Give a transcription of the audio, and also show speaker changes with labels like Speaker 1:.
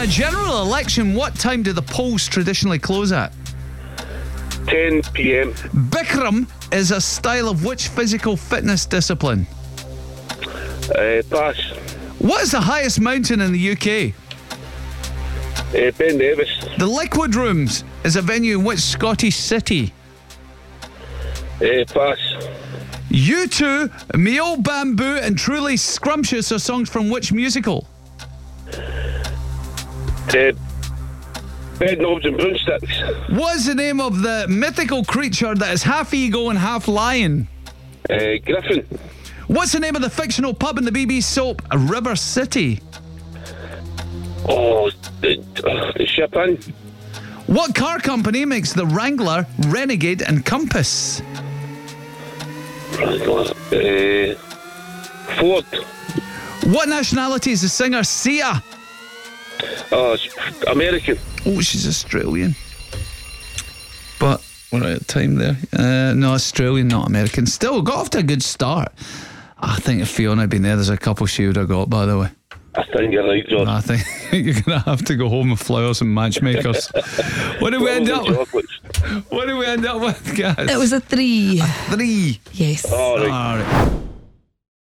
Speaker 1: a general election, what time do the polls traditionally close at?
Speaker 2: 10 p.m.
Speaker 1: Bikram is a style of which physical fitness discipline?
Speaker 2: Uh, pass.
Speaker 1: What is the highest mountain in the UK?
Speaker 2: Uh, ben Davis.
Speaker 1: The Liquid Rooms is a venue in which Scottish city?
Speaker 2: Uh, pass.
Speaker 1: You two, Me Old Bamboo, and Truly Scrumptious are songs from which musical?
Speaker 2: Uh, bed knobs and broomsticks.
Speaker 1: What is the name of the mythical creature that is half eagle and half lion?
Speaker 2: Uh, Griffin.
Speaker 1: What's the name of the fictional pub in the BBC soap River City?
Speaker 2: Oh, the, uh, the ship in.
Speaker 1: What car company makes the Wrangler, Renegade, and Compass?
Speaker 2: Uh, Ford.
Speaker 1: What nationality is the singer Sia?
Speaker 2: Oh, it's American.
Speaker 1: Oh, she's Australian. But we're out of time there. Uh, no, Australian, not American. Still got off to a good start. I think if Fiona had been there, there's a couple she would have got, by the way.
Speaker 2: I think you're right, John.
Speaker 1: I think you're going to have to go home with flowers and matchmakers. what did we end
Speaker 2: Oh,
Speaker 1: up with?
Speaker 2: Chocolates.
Speaker 1: What did we end up with, guys?
Speaker 3: It was a three.
Speaker 1: three.
Speaker 3: Yes.
Speaker 2: All Oh, right.
Speaker 1: All right.